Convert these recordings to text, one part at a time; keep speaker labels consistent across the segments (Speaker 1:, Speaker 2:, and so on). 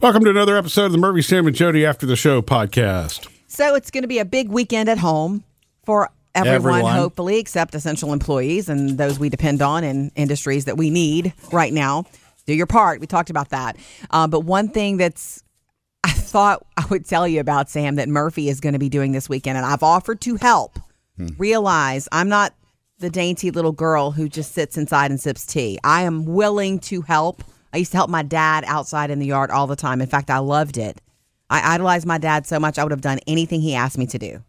Speaker 1: Welcome to another episode of the Murphy, Sam, and Jody After the Show podcast.
Speaker 2: So it's going to be a big weekend at home for everyone,
Speaker 3: Everyone.
Speaker 2: hopefully, except essential employees and those we depend on in industries that we need right now. Do your part. We talked about that. Uh, but one thing that's I thought I would tell you about, Sam, that Murphy is going to be doing this weekend, and I've offered to help.
Speaker 1: Hmm.
Speaker 2: Realize I'm not the dainty little girl who just sits inside and sips tea. I am willing to help. I used to help my dad outside in the yard all the time. In fact, I loved it. I idolized my dad so much, I would have done anything he asked me to do.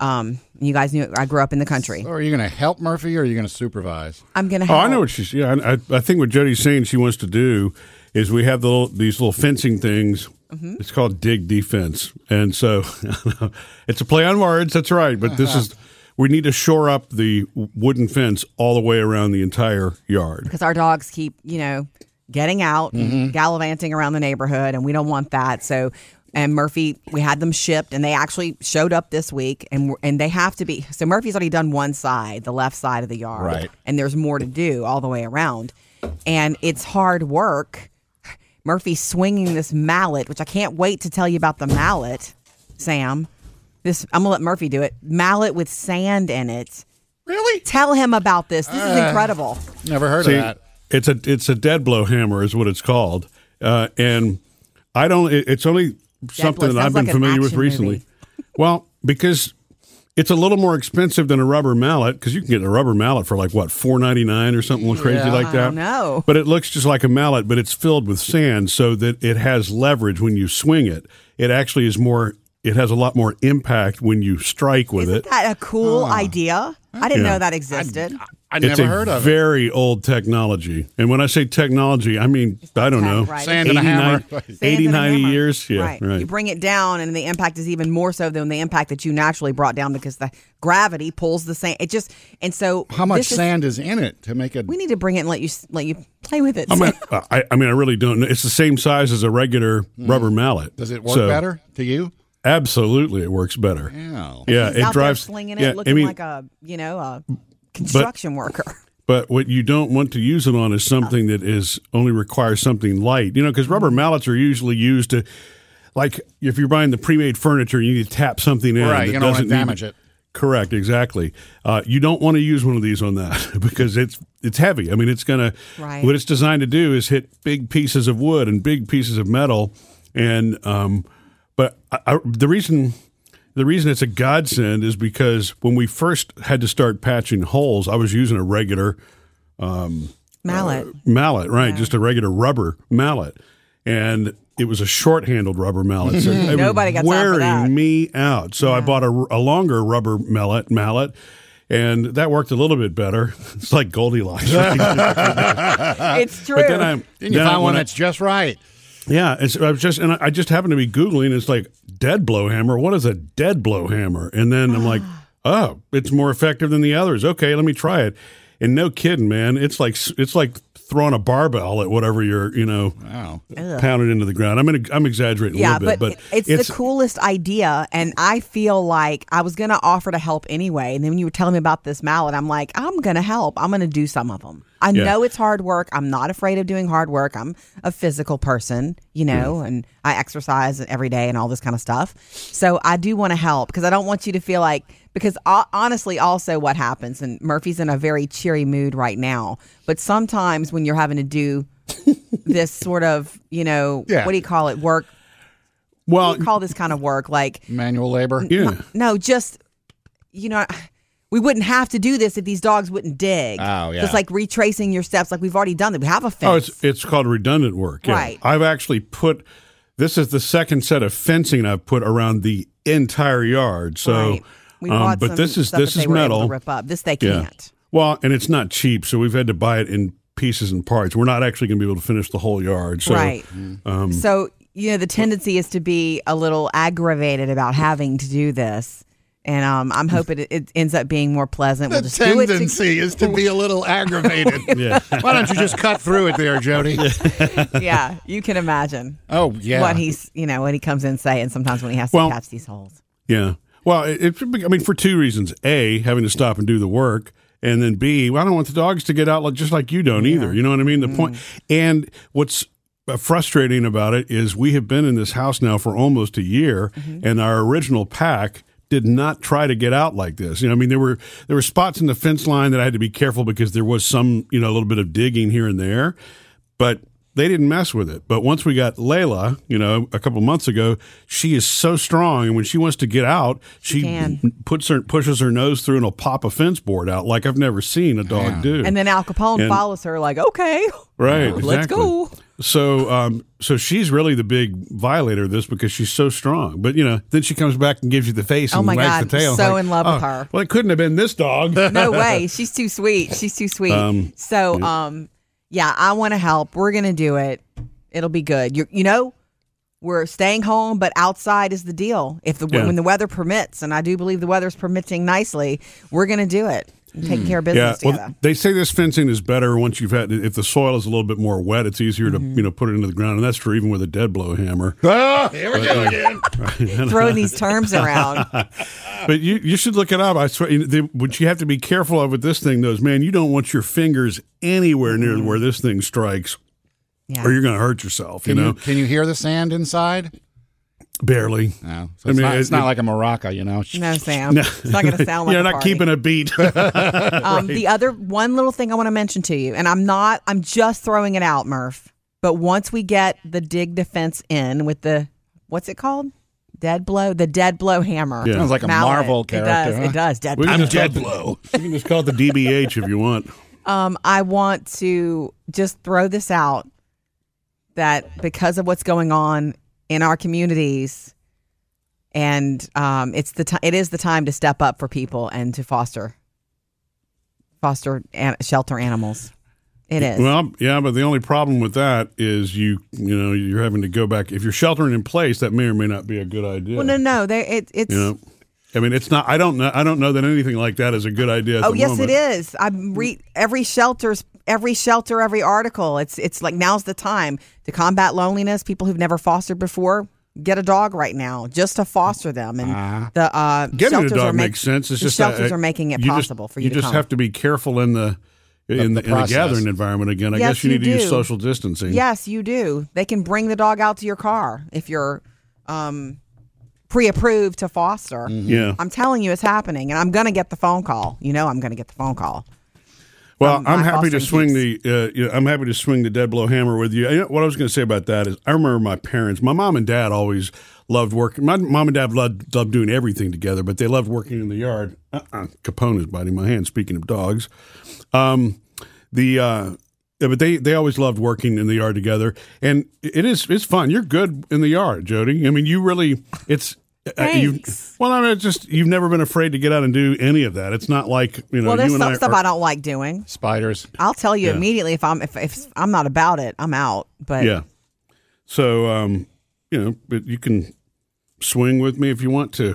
Speaker 2: Um, you guys knew I grew up in the country.
Speaker 3: So Oh, are you going to help Murphy or are you going to supervise?
Speaker 2: I'm gonna.
Speaker 1: Oh,
Speaker 2: Help.
Speaker 1: I know what she's. Yeah, I, I- I think what Jody's saying she wants to do is we have the little, these little fencing things. It's called dig defense, and so it's a play on words. That's right, but this is we need to shore up the wooden fence all the way around the entire yard.
Speaker 2: because our dogs keep, you know, getting out, and gallivanting around the neighborhood, and we don't want that. So, and Murphy, we had them shipped, and they actually showed up this week, and we're- and they have to be. So Murphy's already done one side, the left side of the yard,
Speaker 3: Right.
Speaker 2: And there's more to do all the way around, and it's hard work. Murphy's swinging this mallet, which I can't wait to tell you about the mallet, Sam. This I'm gonna let Murphy do it. Mallet with sand in it.
Speaker 3: Really?
Speaker 2: Tell him about this. This is incredible.
Speaker 3: Never heard
Speaker 1: See,
Speaker 3: of that.
Speaker 1: It's a it's a dead blow hammer is what it's called, uh, and I don't. It, it's only something that
Speaker 2: sounds
Speaker 1: I've been
Speaker 2: like an
Speaker 1: familiar with
Speaker 2: action
Speaker 1: recently.
Speaker 2: movie.
Speaker 1: Well, because it's a little more expensive than a rubber mallet because you can get a rubber mallet for like what four ninety nine or something crazy like that.
Speaker 2: don't know.
Speaker 1: But it looks just like a mallet, but it's filled with sand so that it has leverage when you swing it. It actually is more. It has a lot more impact when you strike with
Speaker 2: Isn't
Speaker 1: it.
Speaker 2: that a
Speaker 3: Oh.
Speaker 2: cool idea? I didn't
Speaker 1: Yeah.
Speaker 2: know that existed.
Speaker 3: I
Speaker 1: it's
Speaker 3: never
Speaker 1: a
Speaker 3: heard of it.
Speaker 1: very old technology. And when I say technology, I mean, I don't know,
Speaker 2: tech, right.
Speaker 3: Sand and a hammer.
Speaker 1: 80,
Speaker 2: Sand and a
Speaker 1: 90
Speaker 2: hammer.
Speaker 1: years. Yeah, right.
Speaker 2: right. You bring it down, and the impact is even more so than the impact that you naturally brought down because the gravity pulls the sand. It just and so
Speaker 3: How much
Speaker 2: this is-
Speaker 3: sand is in it to make a?
Speaker 2: we need to bring it and let you s- let you play with it.
Speaker 1: I mean, I, I mean, I really don't know. It's the same size as a regular rubber mallet.
Speaker 3: Hmm. Does it work
Speaker 1: So,
Speaker 3: better to you? Oh.
Speaker 1: Absolutely, it works better.
Speaker 3: No.
Speaker 1: Yeah,
Speaker 2: He's
Speaker 1: it
Speaker 2: out
Speaker 1: drives.
Speaker 2: there slinging it,
Speaker 1: yeah,
Speaker 2: looking
Speaker 1: I mean,
Speaker 2: like a you know a construction worker.
Speaker 1: But what you don't want to use it on is something that is only requires something light. You know, because
Speaker 2: Mm-hmm.
Speaker 1: rubber mallets are usually used to, like, if you're buying the pre-made furniture, you need to tap something in. that
Speaker 3: Right, you don't wanna
Speaker 1: doesn't need-
Speaker 3: damage it.
Speaker 1: Correct, exactly. Uh, you don't want to use one of these on that because it's it's heavy. I mean, it's gonna.
Speaker 2: Right.
Speaker 1: What it's designed to do is hit big pieces of wood and big pieces of metal, and um, but I, I, the reason the reason it's a godsend is because when we first had to start patching holes, I was using a regular
Speaker 2: Mallet.
Speaker 1: mallet, right? Just a regular rubber mallet, and it was a short-handled rubber mallet. So it was
Speaker 2: Mm-hmm. Nobody got time for
Speaker 1: wearing
Speaker 2: that.
Speaker 1: me out. So I bought a, a longer rubber mallet, mallet, and that worked a little bit better. It's like Goldilocks. but
Speaker 2: it's true.
Speaker 1: Uh, then I
Speaker 3: Then you
Speaker 1: then I-
Speaker 3: find one
Speaker 1: when I-
Speaker 3: that's just right.
Speaker 1: yeah, and so I was just and I I just happened to be googling. It's like dead blow hammer. What is a dead blow hammer? And then I'm like, oh, it's more effective than the others. Okay, let me try it. And no kidding, man, it's like it's like throwing a barbell at whatever you're you know
Speaker 3: Wow.
Speaker 1: pounded into the ground. I'm gonna, I'm exaggerating a
Speaker 2: yeah,
Speaker 1: little bit, but,
Speaker 2: it- it's, the coolest idea, and I feel like I was gonna offer to help anyway. And then when you were telling me about this mallet, I'm like, I'm gonna help. I'm gonna do some of them. I
Speaker 1: Yeah.
Speaker 2: know it's hard work. I'm not afraid of doing hard work. I'm a physical person, you know, and I exercise every day and all this kind of stuff. So I do want to help because I don't want you to feel like because ho- honestly, also what happens, and Murphy's in a very cheery mood right now, but sometimes when you're having to do this sort of, you know,
Speaker 3: Yeah.
Speaker 2: what do you call it, work
Speaker 1: well,
Speaker 2: call this kind of work like
Speaker 3: Manual labor.
Speaker 1: yeah,
Speaker 2: no just you know we wouldn't have to do this if these dogs wouldn't dig
Speaker 3: Oh, yeah.
Speaker 2: so it's like retracing your steps like we've already done that we have a fence
Speaker 1: oh, it's it's called redundant work. yeah.
Speaker 2: Right.
Speaker 1: I've actually put this is the second set of fencing I've put around the entire yard. So,
Speaker 2: Right. we
Speaker 1: um,
Speaker 2: bought
Speaker 1: but
Speaker 2: some
Speaker 1: this is
Speaker 2: stuff
Speaker 1: this
Speaker 2: that they
Speaker 1: is
Speaker 2: were able
Speaker 1: metal.
Speaker 2: to rip up this they
Speaker 1: Yeah.
Speaker 2: can't
Speaker 1: Well, and it's not cheap, so we've had to buy it in pieces and parts. We're not actually going to be able to finish the whole yard. So, mm-hmm. Um,
Speaker 2: right so you know the tendency is to be a little aggravated about having to do this and um, I'm hoping it, it ends up being more pleasant.
Speaker 3: The
Speaker 2: we'll just do it. to-
Speaker 3: tendency is to be a little aggravated.
Speaker 1: Yeah.
Speaker 3: Why don't you just cut through it there, Jody?
Speaker 2: yeah, you can imagine
Speaker 3: Oh yeah.
Speaker 2: what he's, you know, what he comes in saying sometimes when he has to
Speaker 1: Well-
Speaker 2: patch these holes.
Speaker 1: Yeah. Well, it, it, I mean, for two reasons: a, having to stop and do the work, and then b, well, I don't want the dogs to get out like just like you don't either. You know what I mean? The point- And what's uh, frustrating about it is we have been in this house now for almost a year, and our original pack did not try to get out like this. You know, I mean, there were there were spots in the fence line that I had to be careful because there was some, you know, a little bit of digging here and there, but they didn't mess with it. But once we got Layla, you know, a couple months ago, she is so strong, and when she wants to get out, she,
Speaker 2: can.
Speaker 1: puts her pushes her nose through and will pop a fence board out like I've never seen a dog do.
Speaker 2: And then Al Capone
Speaker 1: And-
Speaker 2: follows her like, okay,
Speaker 1: right,
Speaker 2: let's
Speaker 1: exactly.
Speaker 2: go.
Speaker 1: So, um, so she's really the big violator of this because she's so strong. But you know, then she comes back and gives you the face
Speaker 2: Oh
Speaker 1: and
Speaker 2: my
Speaker 1: wags
Speaker 2: God,
Speaker 1: the tail. oh,
Speaker 2: so in love with her.
Speaker 1: Well, it couldn't have been this dog.
Speaker 2: no way. She's too sweet. She's too sweet. so, um, yeah, I want to help. We're gonna do it. It'll be good. You you know, we're staying home, but outside is the deal. If the
Speaker 1: Yeah.
Speaker 2: when the weather permits, and I do believe the weather's permitting nicely, we're gonna do it. and Take care of
Speaker 1: yeah.
Speaker 2: business
Speaker 1: Well,
Speaker 2: together.
Speaker 1: they say this fencing is better once you've had if the soil is a little bit more wet, it's easier to
Speaker 2: Mm-hmm.
Speaker 1: you know put it into the ground, and that's true even with a dead blow hammer.
Speaker 3: Ah, here we go again.
Speaker 2: Throwing these terms around.
Speaker 1: But you you should look it up. I swear. you- The, what you have to be careful of with this thing, though, is man, you don't want your fingers anywhere near
Speaker 2: Mm-hmm.
Speaker 1: where this thing strikes,
Speaker 2: Yeah.
Speaker 1: or you're going to hurt yourself. You
Speaker 3: Can
Speaker 1: know,
Speaker 3: you, can you hear the sand inside?
Speaker 1: barely.
Speaker 3: No. So
Speaker 1: I mean,
Speaker 3: it's not, it's
Speaker 1: it-
Speaker 3: not like a maraca, you know.
Speaker 2: No, Sam. It's not gonna sound like
Speaker 1: you're
Speaker 2: a
Speaker 1: not
Speaker 2: party.
Speaker 1: keeping a beat.
Speaker 2: Um, The other one little thing I want to mention to you, and I'm not, I'm just throwing it out, Murph. But once we get the dig defense in with the, what's it called? Dead blow, the dead blow hammer.
Speaker 1: Yeah.
Speaker 3: Sounds like a Marvel character,
Speaker 2: It does.
Speaker 3: huh?
Speaker 2: It does. Dead
Speaker 1: We
Speaker 2: blow.
Speaker 1: can just
Speaker 3: dead
Speaker 1: call it the-
Speaker 3: blow.
Speaker 1: You can just call it the DBH if you want.
Speaker 2: Um, I want to just throw this out that because of what's going on in our communities, and um, it's the ti- it is the time to step up for people and to foster foster an- shelter animals. It is.
Speaker 1: Well, yeah, but the only problem with that is you, you know, you're having to go back. If you're sheltering in place, that may or may not be a good idea.
Speaker 2: Well, no, no, they, it, it's.
Speaker 1: You know, I mean, it's not. I don't know. I don't know that anything like that is a good idea. At
Speaker 2: oh
Speaker 1: the
Speaker 2: yes,
Speaker 1: moment.
Speaker 2: it is. I'm re- every shelter's every shelter, every article. It's it's like now's the time to combat loneliness. People who've never fostered before get a dog right now just to foster them, and the uh,
Speaker 1: Uh-huh. Getting
Speaker 2: shelters
Speaker 1: a dog
Speaker 2: are make-
Speaker 1: makes sense. It's
Speaker 2: the
Speaker 1: just
Speaker 2: shelters
Speaker 1: that, uh,
Speaker 2: are making it
Speaker 1: you just-
Speaker 2: possible for you, to
Speaker 1: just
Speaker 2: come.
Speaker 1: have to be careful in the in the,
Speaker 3: The- the
Speaker 1: in the
Speaker 3: process.
Speaker 1: gathering environment again. I
Speaker 2: Yes,
Speaker 1: guess you
Speaker 2: you
Speaker 1: need to
Speaker 2: do.
Speaker 1: use social distancing.
Speaker 2: Yes, you do. They can bring the dog out to your car if you're um, pre-approved to foster.
Speaker 1: Yeah.
Speaker 2: I'm telling you, it's happening, and I'm gonna get the phone call. You know, I'm gonna get the phone call.
Speaker 1: Well,
Speaker 2: from
Speaker 1: I'm
Speaker 2: my
Speaker 1: happy to
Speaker 2: fostering
Speaker 1: swing the uh, you know, I'm happy to swing the dead blow hammer with you. You know, what I was going to say about that is I remember my parents, my mom and dad always loved working. My mom and dad loved, loved doing everything together, but they loved working in the yard. Uh-uh, Capone is biting my hand. Speaking of dogs, um, the uh, yeah, but they they always loved working in the yard together, and it is it's fun. You're good in the yard, Jody. I mean, you really it's. uh, you-
Speaker 2: Thanks.
Speaker 1: well, I mean, it's just you've never been afraid to get out and do any of that. It's not like you know.
Speaker 2: Well, there's
Speaker 1: you and
Speaker 2: some
Speaker 1: I
Speaker 2: stuff
Speaker 1: are-
Speaker 2: I don't like doing.
Speaker 3: Spiders.
Speaker 2: I'll tell you
Speaker 1: Yeah.
Speaker 2: immediately if I'm if, if I'm not about it, I'm out. But
Speaker 1: Yeah. So, um, you know, but you can swing with me if you want to.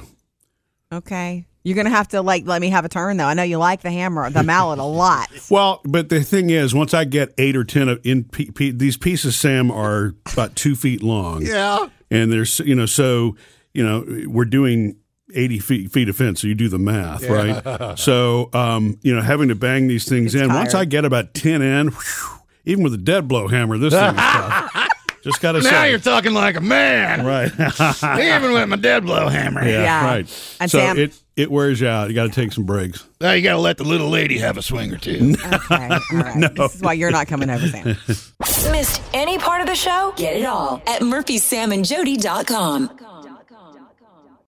Speaker 2: okay, you're gonna have to like let me have a turn though. I know you like the hammer, the mallet a lot.
Speaker 1: Well, but the thing is, once I get eight or ten of in pe- pe- these pieces, Sam are about two feet long.
Speaker 3: Yeah.
Speaker 1: and there's you know, so you know, we're doing. 80 feet, feet of fence, so you do the math, right? So, um, you know, having to bang these things in, once
Speaker 2: tired.
Speaker 1: I get about 10 in, whew, even with a dead blow hammer, this thing is tough. Just got to
Speaker 3: Now
Speaker 1: say.
Speaker 3: you're talking like a man.
Speaker 1: right.
Speaker 3: Even with my dead blow hammer.
Speaker 1: Yeah,
Speaker 2: Yeah.
Speaker 1: right.
Speaker 2: And
Speaker 1: so
Speaker 2: Sam-
Speaker 1: it it wears you out. You got to take some breaks.
Speaker 3: Now you got to let the little lady have a swing or two.
Speaker 2: Okay, all right. This is why you're not coming over, Sam.
Speaker 4: Missed any part of the show? Get it all at murphysamandjody.com.